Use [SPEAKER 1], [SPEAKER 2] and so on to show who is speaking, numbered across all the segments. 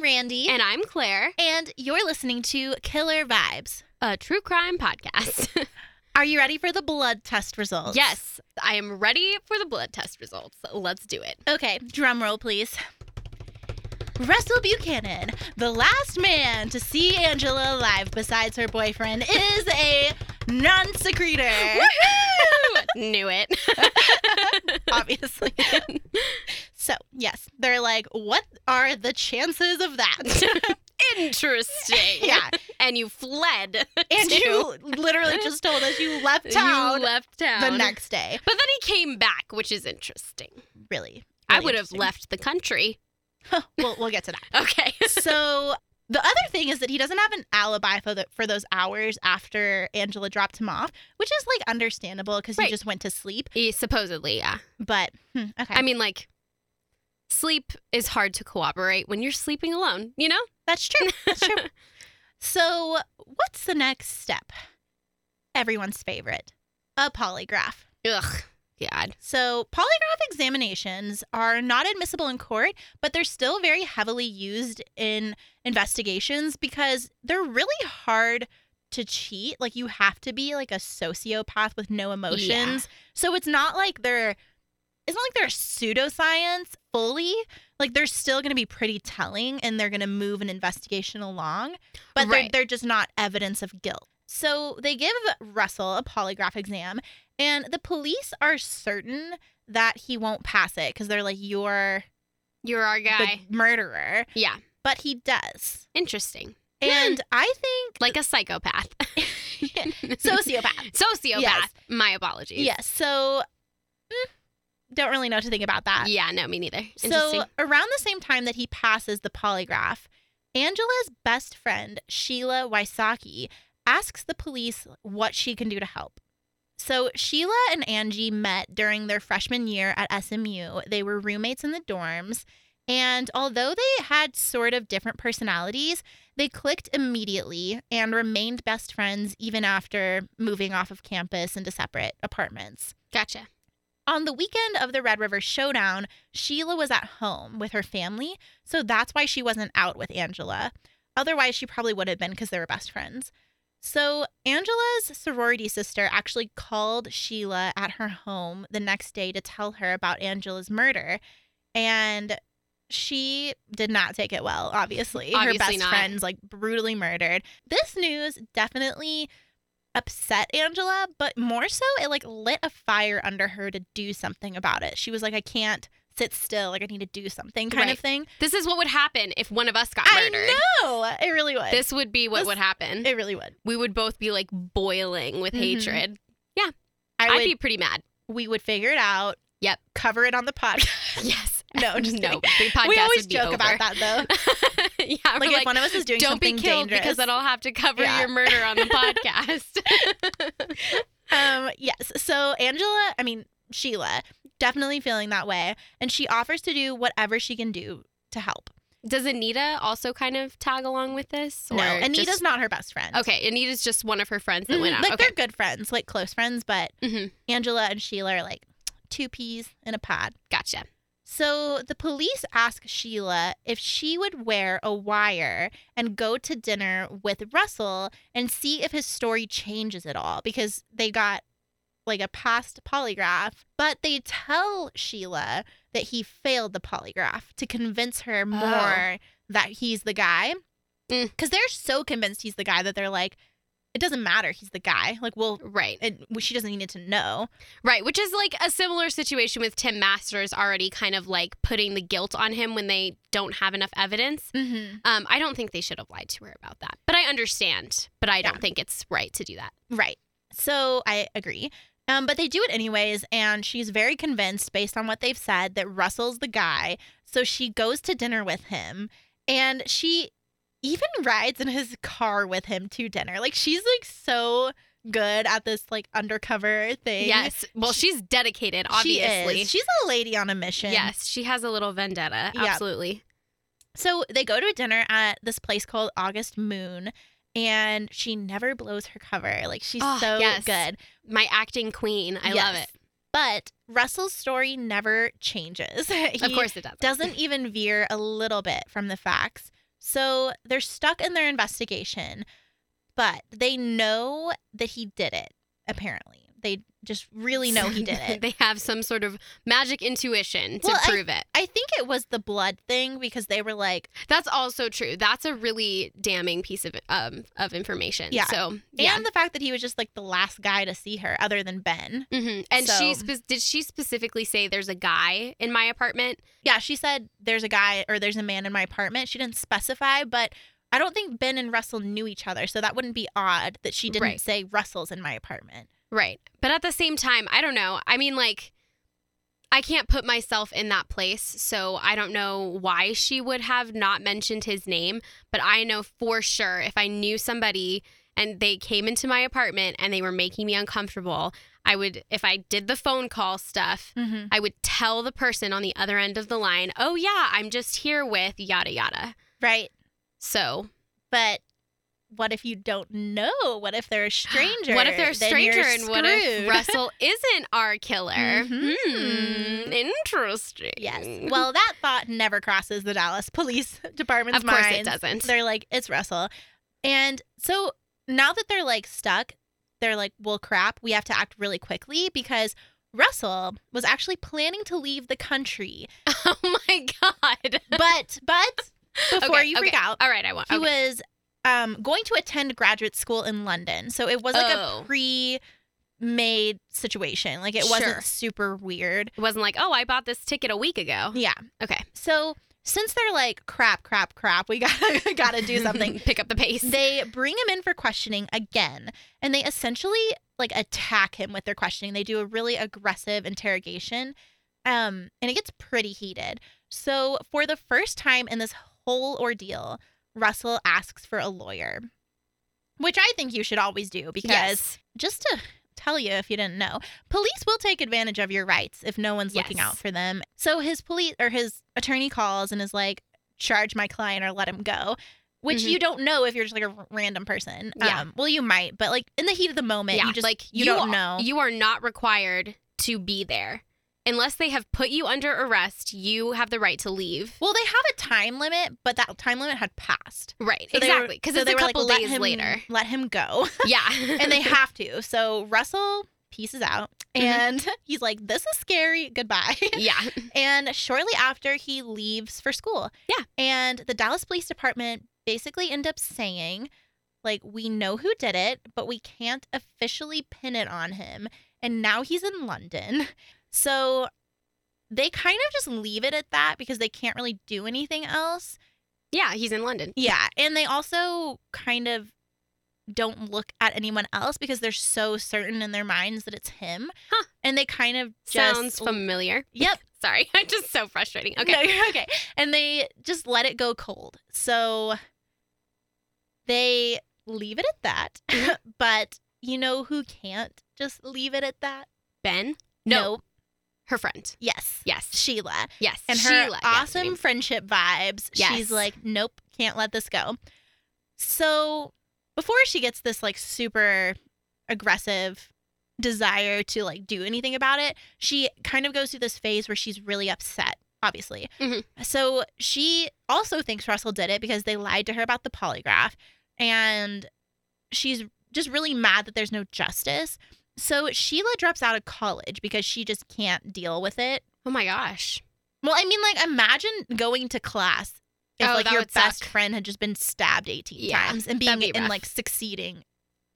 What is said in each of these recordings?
[SPEAKER 1] Randy.
[SPEAKER 2] And I'm Claire,
[SPEAKER 1] And you're listening to Killer Vibes.
[SPEAKER 2] a true crime podcast.
[SPEAKER 1] Are you ready for the blood test results?
[SPEAKER 2] yes, I am ready for the blood test results. Let's do it.
[SPEAKER 1] Okay, drum roll, please. Russell Buchanan, the last man to see Angela alive besides her boyfriend, is a non secreter.
[SPEAKER 2] Knew it.
[SPEAKER 1] Uh, Obviously. so, yes, they're like, what are the chances of that?
[SPEAKER 2] Interesting.
[SPEAKER 1] yeah.
[SPEAKER 2] And you fled.
[SPEAKER 1] And
[SPEAKER 2] too.
[SPEAKER 1] you literally just told us you left town
[SPEAKER 2] You left town.
[SPEAKER 1] the next day.
[SPEAKER 2] But then he came back, which is interesting.
[SPEAKER 1] Really.
[SPEAKER 2] I
[SPEAKER 1] really
[SPEAKER 2] would have
[SPEAKER 1] interesting.
[SPEAKER 2] left the country.
[SPEAKER 1] we'll, we'll get to that.
[SPEAKER 2] Okay.
[SPEAKER 1] So the other thing is that he doesn't have an alibi for, the, for those hours after Angela dropped him off, which is like understandable because
[SPEAKER 2] Right.
[SPEAKER 1] he just went to sleep.
[SPEAKER 2] Yeah, Supposedly, yeah.
[SPEAKER 1] But hmm, okay,
[SPEAKER 2] I mean, like, sleep is hard to cooperate when you're sleeping alone, you know?
[SPEAKER 1] that's true. That's true. so what's the next step? Everyone's favorite, a polygraph.
[SPEAKER 2] Ugh. God.
[SPEAKER 1] So, polygraph examinations are not admissible in court, but they're still very heavily used in investigations because they're really hard to cheat. Like, you have to be like a sociopath with no emotions. So, it's not like they're. It's not like they're pseudoscience fully. Like they're still going to be pretty telling, and they're going to move an investigation along, but
[SPEAKER 2] Right.
[SPEAKER 1] they're, they're just not evidence of guilt. So they give Russell a polygraph exam, and the police are certain that he won't pass it because they're like, you're
[SPEAKER 2] You're our guy.
[SPEAKER 1] the murderer.
[SPEAKER 2] yeah.
[SPEAKER 1] But he does.
[SPEAKER 2] Interesting. Hmm.
[SPEAKER 1] And I think
[SPEAKER 2] Like a psychopath.
[SPEAKER 1] sociopath.
[SPEAKER 2] Sociopath.
[SPEAKER 1] Yes.
[SPEAKER 2] My apologies.
[SPEAKER 1] Yes. So mm, don't really know what to think about that.
[SPEAKER 2] Yeah, no, me neither. Interesting.
[SPEAKER 1] So around the same time that he passes the polygraph, Angela's best friend, Sheila Wysocki, asks the police what she can do to help. So Sheila and Angie met during their freshman year at SMU. They were roommates in the dorms, and although they had sort of different personalities, they clicked immediately and remained best friends even after moving off of campus into separate apartments.
[SPEAKER 2] gotcha.
[SPEAKER 1] On the weekend of the Red River Showdown, Sheila was at home with her family, so that's why she wasn't out with Angela. Otherwise, she probably would have been because they were best friends. So, Angela's sorority sister actually called Sheila at her home the next day to tell her about Angela's murder, and she did not take it well, obviously. her
[SPEAKER 2] Obviously
[SPEAKER 1] best
[SPEAKER 2] not.
[SPEAKER 1] friend's like brutally murdered. This news definitely upset Angela, but more so it like lit a fire under her to do something about it. She was like, I can't sit still, like I need to do something kind
[SPEAKER 2] Right.
[SPEAKER 1] of thing.
[SPEAKER 2] This is what would happen if one of us got murdered.
[SPEAKER 1] I know. It really would.
[SPEAKER 2] This would be what
[SPEAKER 1] This-
[SPEAKER 2] would happen.
[SPEAKER 1] it really would.
[SPEAKER 2] we would both be like boiling with
[SPEAKER 1] Mhm.
[SPEAKER 2] hatred.
[SPEAKER 1] I
[SPEAKER 2] I'd
[SPEAKER 1] would
[SPEAKER 2] be pretty mad.
[SPEAKER 1] we would figure it out.
[SPEAKER 2] Yep.
[SPEAKER 1] Cover it on the podcast.
[SPEAKER 2] Yes.
[SPEAKER 1] No, just kidding.
[SPEAKER 2] no. The podcast
[SPEAKER 1] we always
[SPEAKER 2] would be
[SPEAKER 1] joke
[SPEAKER 2] over.
[SPEAKER 1] about that though.
[SPEAKER 2] yeah,
[SPEAKER 1] Like,
[SPEAKER 2] we're like,
[SPEAKER 1] if one of us is doing
[SPEAKER 2] don't be
[SPEAKER 1] something
[SPEAKER 2] killed
[SPEAKER 1] dangerous.
[SPEAKER 2] because then I'll have to cover
[SPEAKER 1] Yeah.
[SPEAKER 2] your murder on the podcast.
[SPEAKER 1] Um, yes. So Angela, I mean Sheila, definitely feeling that way. And she offers to do whatever she can do to help.
[SPEAKER 2] Does Anita also kind of tag along with this?
[SPEAKER 1] no,
[SPEAKER 2] or
[SPEAKER 1] Anita's
[SPEAKER 2] just-
[SPEAKER 1] not her best friend.
[SPEAKER 2] Okay, Anita's just one of her friends that went
[SPEAKER 1] Mhm.
[SPEAKER 2] out.
[SPEAKER 1] Like
[SPEAKER 2] okay.
[SPEAKER 1] they're good friends, like close friends, but
[SPEAKER 2] Mhm.
[SPEAKER 1] Angela and Sheila are like two peas in a pod.
[SPEAKER 2] Gotcha.
[SPEAKER 1] So the police ask Sheila if she would wear a wire and go to dinner with Russell and see if his story changes at all because they got like a past polygraph, but they tell Sheila that he failed the polygraph to convince her more that he's the guy.
[SPEAKER 2] Mm.
[SPEAKER 1] Because they're so convinced he's the guy that they're like, it doesn't matter. He's the guy. Like, well,
[SPEAKER 2] Right.
[SPEAKER 1] it, she doesn't need to know.
[SPEAKER 2] Right, which is like a similar situation with Tim Masters already kind of like putting the guilt on him when they don't have enough evidence.
[SPEAKER 1] Mm-hmm.
[SPEAKER 2] Um, I don't think they should have lied to her about that. But I understand, but I
[SPEAKER 1] Yeah.
[SPEAKER 2] don't think it's right to do that.
[SPEAKER 1] Right. So I agree. Um, but they do it anyways, and she's very convinced based on what they've said that Russell's the guy. So she goes to dinner with him, and she even rides in his car with him to dinner. Like she's like so good at this like undercover thing.
[SPEAKER 2] Yes. Well, she's dedicated,
[SPEAKER 1] She
[SPEAKER 2] obviously.
[SPEAKER 1] is. She's a lady on a mission.
[SPEAKER 2] yes, she has a little vendetta.
[SPEAKER 1] Yeah.
[SPEAKER 2] Absolutely.
[SPEAKER 1] So they go to a dinner at this place called August Moon, and she never blows her cover. Like she's
[SPEAKER 2] Oh,
[SPEAKER 1] so
[SPEAKER 2] yes.
[SPEAKER 1] good.
[SPEAKER 2] My acting queen. I love
[SPEAKER 1] Yes.
[SPEAKER 2] it.
[SPEAKER 1] But Russell's story never changes. he
[SPEAKER 2] of course it does.
[SPEAKER 1] doesn't even veer a little bit from the facts. So they're stuck in their investigation, but they know that he did it, apparently. They just really know he did it.
[SPEAKER 2] they have some sort of magic intuition to
[SPEAKER 1] Well, I-
[SPEAKER 2] prove it.
[SPEAKER 1] I think it was the blood thing because they were like,
[SPEAKER 2] That's also true. That's a really damning piece of um of information.
[SPEAKER 1] Yeah.
[SPEAKER 2] So
[SPEAKER 1] and
[SPEAKER 2] yeah.
[SPEAKER 1] the fact that he was just like the last guy to see her other than Ben.
[SPEAKER 2] hmm And
[SPEAKER 1] So-
[SPEAKER 2] she spe- did she specifically say there's a guy in my apartment?
[SPEAKER 1] Yeah, she said there's a guy or there's a man in my apartment. She didn't specify, but I don't think Ben and Russell knew each other, so that wouldn't be odd that she didn't
[SPEAKER 2] Right.
[SPEAKER 1] say Russell's in my apartment.
[SPEAKER 2] Right. But at the same time, I don't know. I mean, like, I can't put myself in that place. So I don't know why she would have not mentioned his name. But I know for sure if I knew somebody and they came into my apartment and they were making me uncomfortable, I would, if I did the phone call stuff,
[SPEAKER 1] Mm-hmm.
[SPEAKER 2] I would tell the person on the other end of the line, oh, yeah, I'm just here with yada yada.
[SPEAKER 1] Right.
[SPEAKER 2] So
[SPEAKER 1] But what if you don't know? What if they're a stranger?
[SPEAKER 2] What if they're a
[SPEAKER 1] Then you're
[SPEAKER 2] stranger and what if
[SPEAKER 1] screwed.
[SPEAKER 2] Russell isn't our killer?
[SPEAKER 1] Mhm.
[SPEAKER 2] Hmm, interesting.
[SPEAKER 1] Yes. Well, that thought never crosses the Dallas Police Department's
[SPEAKER 2] of course
[SPEAKER 1] minds.
[SPEAKER 2] it doesn't.
[SPEAKER 1] They're like, it's Russell. And so now that they're like stuck, they're like, well, crap, we have to act really quickly because Russell was actually planning to leave the country.
[SPEAKER 2] oh my god.
[SPEAKER 1] But, but before
[SPEAKER 2] Okay,
[SPEAKER 1] you freak
[SPEAKER 2] okay.
[SPEAKER 1] out,
[SPEAKER 2] All right, I won't.
[SPEAKER 1] he
[SPEAKER 2] okay.
[SPEAKER 1] was um, going to attend graduate school in London. So it was like
[SPEAKER 2] Oh.
[SPEAKER 1] a pre made situation. Like it wasn't
[SPEAKER 2] Sure.
[SPEAKER 1] super weird.
[SPEAKER 2] it wasn't like, oh, I bought this ticket a week ago.
[SPEAKER 1] Yeah.
[SPEAKER 2] Okay.
[SPEAKER 1] So since they're like, crap, crap, crap, we gotta, gotta do something.
[SPEAKER 2] Pick up the pace.
[SPEAKER 1] they bring him in for questioning again and they essentially like attack him with their questioning they do a really aggressive interrogation um and it gets pretty heated so for the first time in this whole ordeal russell asks for a lawyer which i think you should always do because
[SPEAKER 2] Yes.
[SPEAKER 1] just to tell you if you didn't know police will take advantage of your rights if no one's looking
[SPEAKER 2] Yes.
[SPEAKER 1] out for them so his police or his attorney calls and is like charge my client or let him go which
[SPEAKER 2] Mhm.
[SPEAKER 1] you don't know if you're just like a r- random person
[SPEAKER 2] Yeah.
[SPEAKER 1] um, well you might but like in the heat of the moment
[SPEAKER 2] yeah.
[SPEAKER 1] you just
[SPEAKER 2] like
[SPEAKER 1] you, don't
[SPEAKER 2] are,
[SPEAKER 1] know
[SPEAKER 2] You are not required to be there unless they have put you under arrest. You have the right to leave.
[SPEAKER 1] well they have a time limit but that time limit had passed
[SPEAKER 2] Right.
[SPEAKER 1] So they were-
[SPEAKER 2] exactly. Because
[SPEAKER 1] so
[SPEAKER 2] it's
[SPEAKER 1] they
[SPEAKER 2] a
[SPEAKER 1] were like,
[SPEAKER 2] couple
[SPEAKER 1] "Let
[SPEAKER 2] days
[SPEAKER 1] him-
[SPEAKER 2] later.
[SPEAKER 1] let him go
[SPEAKER 2] yeah.
[SPEAKER 1] and they have to so russell pieces out
[SPEAKER 2] Mhm.
[SPEAKER 1] and he's like this is scary goodbye
[SPEAKER 2] yeah.
[SPEAKER 1] And shortly after, he leaves for school.
[SPEAKER 2] Yeah.
[SPEAKER 1] And the Dallas Police Department basically end up saying, like, we know who did it, but we can't officially pin it on him. And now he's in London. So they kind of just leave it at that because they can't really do anything else.
[SPEAKER 2] Yeah. He's in London.
[SPEAKER 1] Yeah. And they also kind of don't look at anyone else because they're so certain in their minds that it's him.
[SPEAKER 2] Huh.
[SPEAKER 1] And they kind of just
[SPEAKER 2] Sounds familiar.
[SPEAKER 1] Yep.
[SPEAKER 2] Sorry, I'm just so frustrating. Okay.
[SPEAKER 1] No, you're okay. And they just let it go cold. So they leave it at that. but you know who can't just leave it at that?
[SPEAKER 2] Ben? Her friend.
[SPEAKER 1] Yes.
[SPEAKER 2] Yes.
[SPEAKER 1] Sheila.
[SPEAKER 2] Yes.
[SPEAKER 1] And her
[SPEAKER 2] Sheila. yeah,
[SPEAKER 1] awesome
[SPEAKER 2] name.
[SPEAKER 1] friendship vibes.
[SPEAKER 2] Yes.
[SPEAKER 1] She's like, nope, can't let this go. So before she gets this like super aggressive desire to like do anything about it, she kind of goes through this phase where she's really upset, obviously.
[SPEAKER 2] Mhm.
[SPEAKER 1] So she also thinks Russell did it because they lied to her about the polygraph. And she's just really mad that there's no justice. So Sheila drops out of college because she just can't deal with it.
[SPEAKER 2] Oh my gosh.
[SPEAKER 1] Well, I mean, like, imagine going to class if
[SPEAKER 2] Oh,
[SPEAKER 1] like
[SPEAKER 2] that
[SPEAKER 1] your
[SPEAKER 2] would
[SPEAKER 1] best
[SPEAKER 2] suck.
[SPEAKER 1] friend had just been stabbed eighteen
[SPEAKER 2] Yeah,
[SPEAKER 1] times and being
[SPEAKER 2] that'd be
[SPEAKER 1] and
[SPEAKER 2] rough.
[SPEAKER 1] like succeeding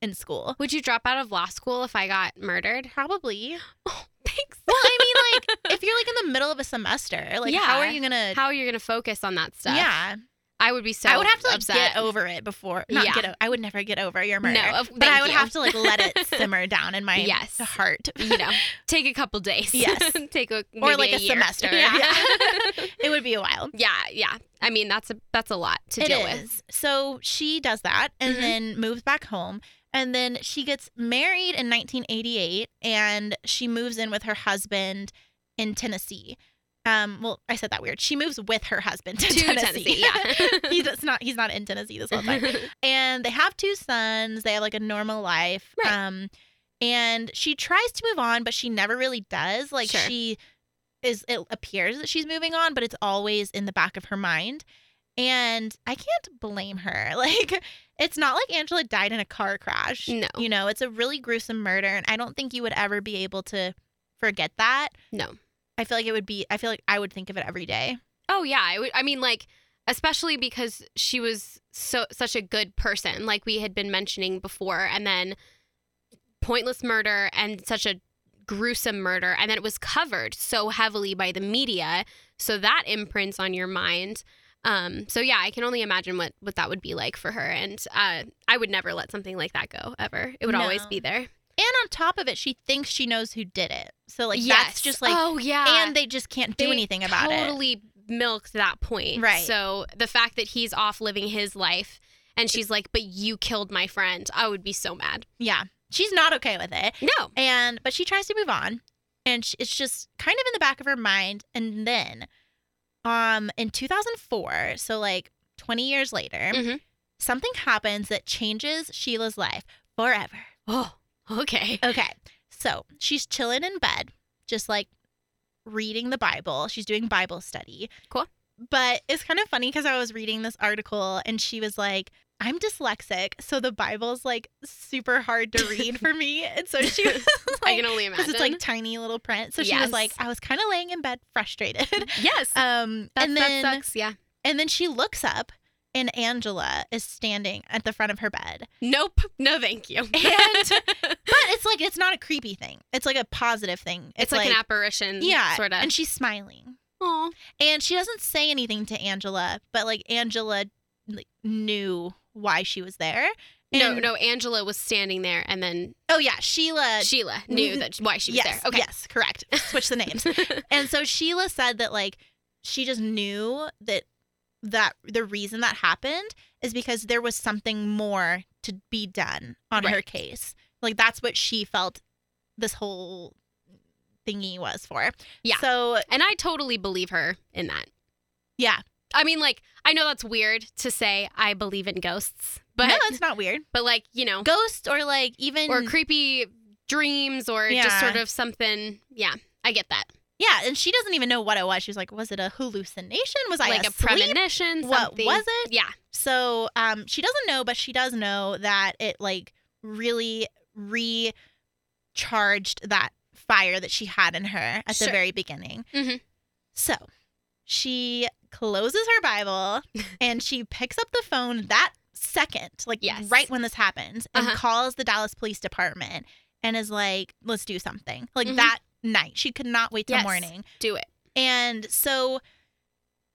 [SPEAKER 1] in school.
[SPEAKER 2] Would you drop out of law school if I got murdered?
[SPEAKER 1] Probably.
[SPEAKER 2] Oh, thanks.
[SPEAKER 1] Well, I mean, like, if you're like in the middle of a semester, like, how are
[SPEAKER 2] Yeah.
[SPEAKER 1] you gonna?
[SPEAKER 2] How are you going to focus on that stuff?
[SPEAKER 1] yeah,
[SPEAKER 2] I would be so
[SPEAKER 1] I would have to like
[SPEAKER 2] upset.
[SPEAKER 1] get over it before. Not
[SPEAKER 2] Yeah.
[SPEAKER 1] get. O- I would never get over your murder.
[SPEAKER 2] No, of,
[SPEAKER 1] but I
[SPEAKER 2] thank
[SPEAKER 1] would
[SPEAKER 2] you.
[SPEAKER 1] have to like let it simmer down in my
[SPEAKER 2] Yes.
[SPEAKER 1] heart.
[SPEAKER 2] you know, take a couple days.
[SPEAKER 1] Yes.
[SPEAKER 2] take a
[SPEAKER 1] Or
[SPEAKER 2] maybe
[SPEAKER 1] like a
[SPEAKER 2] year.
[SPEAKER 1] semester.
[SPEAKER 2] Yeah.
[SPEAKER 1] Yeah. It would be a while.
[SPEAKER 2] yeah, yeah. I mean, that's a that's a lot to
[SPEAKER 1] It is.
[SPEAKER 2] deal with.
[SPEAKER 1] So she does that and
[SPEAKER 2] Mhm.
[SPEAKER 1] then moves back home. And then she gets married in 1988 and she moves in with her husband in Tennessee. Um, well, I said that weird. She moves with her husband to,
[SPEAKER 2] To
[SPEAKER 1] Tennessee.
[SPEAKER 2] Tennessee, yeah.
[SPEAKER 1] he does not he's not in Tennessee this whole time. And they have two sons. They have like a normal life.
[SPEAKER 2] Right.
[SPEAKER 1] Um and she tries to move on, but she never really does. Like
[SPEAKER 2] Sure.
[SPEAKER 1] she is it appears that she's moving on, but it's always in the back of her mind. And I can't blame her. Like, it's not like Angela died in a car crash.
[SPEAKER 2] No.
[SPEAKER 1] You know, it's a really gruesome murder. And I don't think you would ever be able to forget that.
[SPEAKER 2] No.
[SPEAKER 1] I feel like it would be, I feel like I would think of it every day.
[SPEAKER 2] Oh yeah, I would- I mean like especially because she was so such a good person like we had been mentioning before and then pointless murder and such a gruesome murder and then it was covered so heavily by the media so that imprints on your mind um so yeah i can only imagine what what that would be like for her and uh i would never let something like that go ever it would always
[SPEAKER 1] No.
[SPEAKER 2] be there
[SPEAKER 1] And on top of it, she thinks she knows who did it. So, like, that's just like,
[SPEAKER 2] oh yeah
[SPEAKER 1] and they just can't do
[SPEAKER 2] they
[SPEAKER 1] anything about it.
[SPEAKER 2] Totally milked that point.
[SPEAKER 1] Right.
[SPEAKER 2] So the fact that he's off living his life and she's like, but you killed my friend, I would be so mad.
[SPEAKER 1] Yeah. She's not okay with it.
[SPEAKER 2] No.
[SPEAKER 1] And, but she tries to move on. And sh it's just kind of in the back of her mind. And then, um, in 2004, so like 20 years later,
[SPEAKER 2] Mhm.
[SPEAKER 1] something happens that changes Sheila's life forever.
[SPEAKER 2] Oh, okay.
[SPEAKER 1] Okay. So she's chilling in bed, just like reading the Bible. She's doing Bible study.
[SPEAKER 2] Cool.
[SPEAKER 1] But it's kind of funny because I was reading this article and she was like, I'm dyslexic, so the Bible's like super hard to read for me. And so she was
[SPEAKER 2] I
[SPEAKER 1] like,
[SPEAKER 2] can only
[SPEAKER 1] because
[SPEAKER 2] imagine.
[SPEAKER 1] it's like tiny little print. So she was
[SPEAKER 2] Yes.
[SPEAKER 1] like, I was kind of laying in bed frustrated.
[SPEAKER 2] yes.
[SPEAKER 1] um,
[SPEAKER 2] that,
[SPEAKER 1] and
[SPEAKER 2] that
[SPEAKER 1] then
[SPEAKER 2] sucks. Yeah.
[SPEAKER 1] and then she looks up and Angela is standing at the front of her bed.
[SPEAKER 2] Nope. No, thank you.
[SPEAKER 1] And- But it's like it's not a creepy thing. It's like a positive thing.
[SPEAKER 2] it's like, an apparition.
[SPEAKER 1] yeah,
[SPEAKER 2] Sort of.
[SPEAKER 1] And she's smiling,
[SPEAKER 2] Aw.
[SPEAKER 1] and she doesn't say anything to Angela, but like Angela like, knew why she was there.
[SPEAKER 2] No,
[SPEAKER 1] And-
[SPEAKER 2] no. Angela was standing there, and then
[SPEAKER 1] Oh yeah, Sheila.
[SPEAKER 2] Sheila knew that why she was
[SPEAKER 1] yes,
[SPEAKER 2] there. Okay.
[SPEAKER 1] yes, correct. Switch the names. and so Sheila said that like she just knew that that the reason that happened is because there was something more to be done on her
[SPEAKER 2] Right.
[SPEAKER 1] case. Like that's what she felt this whole thingy was for.
[SPEAKER 2] Yeah.
[SPEAKER 1] So
[SPEAKER 2] And I totally believe her in that.
[SPEAKER 1] yeah.
[SPEAKER 2] I mean, like, I know that's weird to say I believe in ghosts, but
[SPEAKER 1] no, it's not weird.
[SPEAKER 2] but like, you know,
[SPEAKER 1] Ghosts or like even
[SPEAKER 2] or creepy dreams or
[SPEAKER 1] Yeah.
[SPEAKER 2] just sort of something. Yeah, I get that.
[SPEAKER 1] yeah, and she doesn't even know what it was. She's like, was it a hallucination? Was I
[SPEAKER 2] like a
[SPEAKER 1] asleep?
[SPEAKER 2] premonition.
[SPEAKER 1] What
[SPEAKER 2] something.
[SPEAKER 1] was it?
[SPEAKER 2] Yeah,
[SPEAKER 1] So um, she doesn't know, but she does know that it like really recharged that fire that she had in her at the
[SPEAKER 2] Sure.
[SPEAKER 1] very beginning.
[SPEAKER 2] Mhm.
[SPEAKER 1] So she closes her Bible and she picks up the phone that second, like
[SPEAKER 2] Yes.
[SPEAKER 1] right when this happens, and
[SPEAKER 2] Uh-huh.
[SPEAKER 1] calls the Dallas Police Department and is like, let's do something. Like
[SPEAKER 2] Mhm.
[SPEAKER 1] that night. She could not wait till
[SPEAKER 2] Yes.
[SPEAKER 1] morning.
[SPEAKER 2] do it.
[SPEAKER 1] And so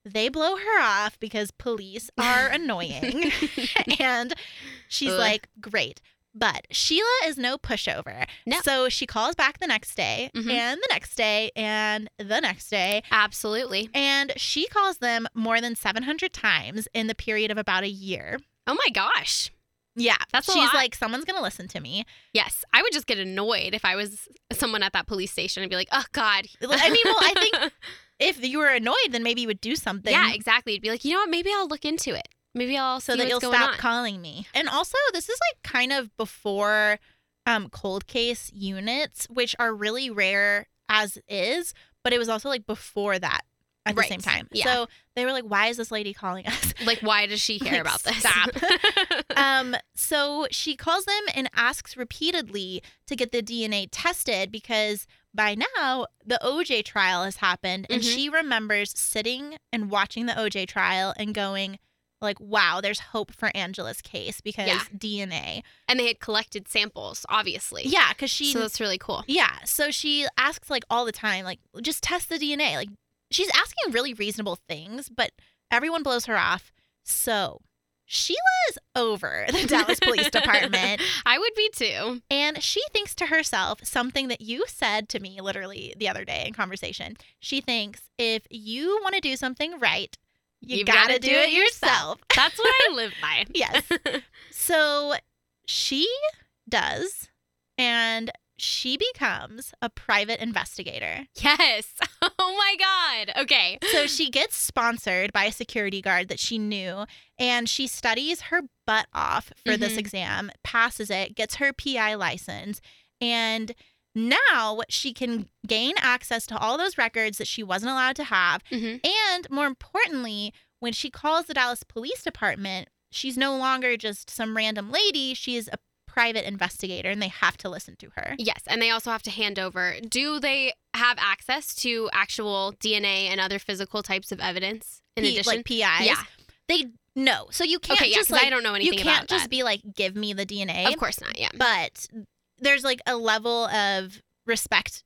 [SPEAKER 1] they blow her off because police are annoying. and she's
[SPEAKER 2] Ugh.
[SPEAKER 1] like, great. But Sheila is no pushover.
[SPEAKER 2] No.
[SPEAKER 1] So she calls back the next day
[SPEAKER 2] Mhm.
[SPEAKER 1] and the next day and the next day.
[SPEAKER 2] Absolutely.
[SPEAKER 1] And she calls them more than 700 times in the period of about a year.
[SPEAKER 2] Oh my gosh.
[SPEAKER 1] Yeah.
[SPEAKER 2] That's a
[SPEAKER 1] She's
[SPEAKER 2] lot.
[SPEAKER 1] like, someone's going to listen to me.
[SPEAKER 2] Yes, I would just get annoyed if I was someone at that police station and be like, "Oh God."
[SPEAKER 1] I mean, well, I think if you were annoyed, then maybe you would do something.
[SPEAKER 2] yeah, exactly. It'd be like, you know what? Maybe I'll look into it. Maybe I'll
[SPEAKER 1] so
[SPEAKER 2] see
[SPEAKER 1] that
[SPEAKER 2] what's
[SPEAKER 1] you'll
[SPEAKER 2] going
[SPEAKER 1] stop
[SPEAKER 2] on.
[SPEAKER 1] calling me. And also, this is like kind of before um, cold case units, which are really rare as is, but it was also like before that at
[SPEAKER 2] Right.
[SPEAKER 1] the same time.
[SPEAKER 2] Yeah.
[SPEAKER 1] So they were like, "Why is this lady calling us?"
[SPEAKER 2] like, why does she
[SPEAKER 1] Like,
[SPEAKER 2] care about this?
[SPEAKER 1] stop. um, so she calls them and asks repeatedly to get the DNA tested because by now the OJ trial has happened and
[SPEAKER 2] Mhm.
[SPEAKER 1] she remembers sitting and watching the OJ trial and going like wow there's hope for Angela's case because
[SPEAKER 2] Yeah.
[SPEAKER 1] DNA.
[SPEAKER 2] and they had collected samples, obviously.
[SPEAKER 1] Yeah, cuz she
[SPEAKER 2] so that's really cool.
[SPEAKER 1] yeah, so she asks like all the time like just test the DNA. Like she's asking really reasonable things, but everyone blows her off. So Sheila is over the Dallas Police Department
[SPEAKER 2] I would be too.
[SPEAKER 1] and she thinks to herself something that you said to me literally the other day in conversation. She thinks if you want to do something right, you
[SPEAKER 2] You've
[SPEAKER 1] gotta,
[SPEAKER 2] gotta
[SPEAKER 1] do it yourself.
[SPEAKER 2] That's what I live by.
[SPEAKER 1] yes. So she does, and she becomes a private investigator.
[SPEAKER 2] yes. Oh my God. Okay.
[SPEAKER 1] So she gets sponsored by a security guard that she knew, and she studies her butt off for this
[SPEAKER 2] Mhm.
[SPEAKER 1] exam, passes it, gets her PI license, and Now she can gain access to all those records that she wasn't allowed to have.
[SPEAKER 2] Mhm.
[SPEAKER 1] And more importantly, when she calls the Dallas Police Department, she's no longer just some random lady. She is a private investigator and they have to listen to her.
[SPEAKER 2] Yes, and they also have to hand over. Do they have access to actual DNA and other physical types of evidence in
[SPEAKER 1] P-
[SPEAKER 2] addition?
[SPEAKER 1] like PIs.
[SPEAKER 2] yeah.
[SPEAKER 1] They no. So you can't
[SPEAKER 2] Okay, yeah,
[SPEAKER 1] just
[SPEAKER 2] 'cause I
[SPEAKER 1] like
[SPEAKER 2] don't know anything
[SPEAKER 1] you
[SPEAKER 2] about
[SPEAKER 1] can't just
[SPEAKER 2] that.
[SPEAKER 1] be like give me the DNA.
[SPEAKER 2] Of course not. Yeah.
[SPEAKER 1] But there's like a level of respect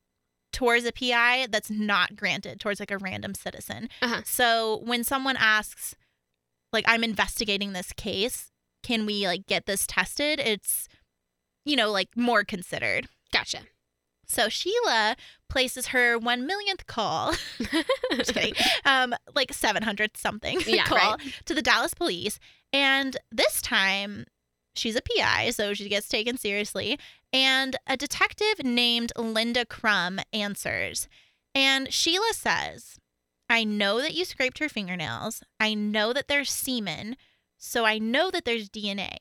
[SPEAKER 1] towards a PI that's not granted towards like a random citizen.
[SPEAKER 2] Uh-huh.
[SPEAKER 1] So when someone asks like I'm investigating this case, can we like get this tested? It's you know like more considered.
[SPEAKER 2] Gotcha.
[SPEAKER 1] So Sheila places her one millionth call, just kidding, um, like 700 something
[SPEAKER 2] Yeah,
[SPEAKER 1] call
[SPEAKER 2] right.
[SPEAKER 1] to the Dallas police. And this time she's a PI, so she gets taken seriously. And a detective named Linda Crum answers. And Sheila says, I know that you scraped her fingernails. I know that there's semen. So I know that there's DNA.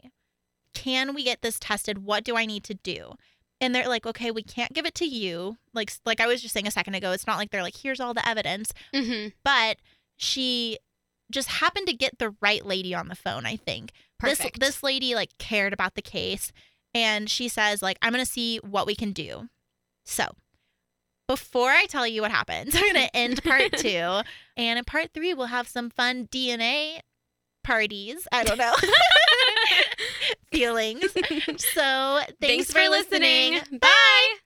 [SPEAKER 1] Can we get this tested? What do I need to do? And they're like, okay, we can't give it to you. Like, like I was just saying a second ago, it's not like they're like, here's all the evidence
[SPEAKER 2] Mm-hmm.
[SPEAKER 1] but she just happened to get the right lady on the phone i think
[SPEAKER 2] Perfect.
[SPEAKER 1] this this lady like cared about the case and she says like i'm gonna see what we can do so before i tell you what happens i'm gonna end part two and in part three we'll have some fun dna parties i don't know feelings so thanks,
[SPEAKER 2] Thanks for listening. Bye.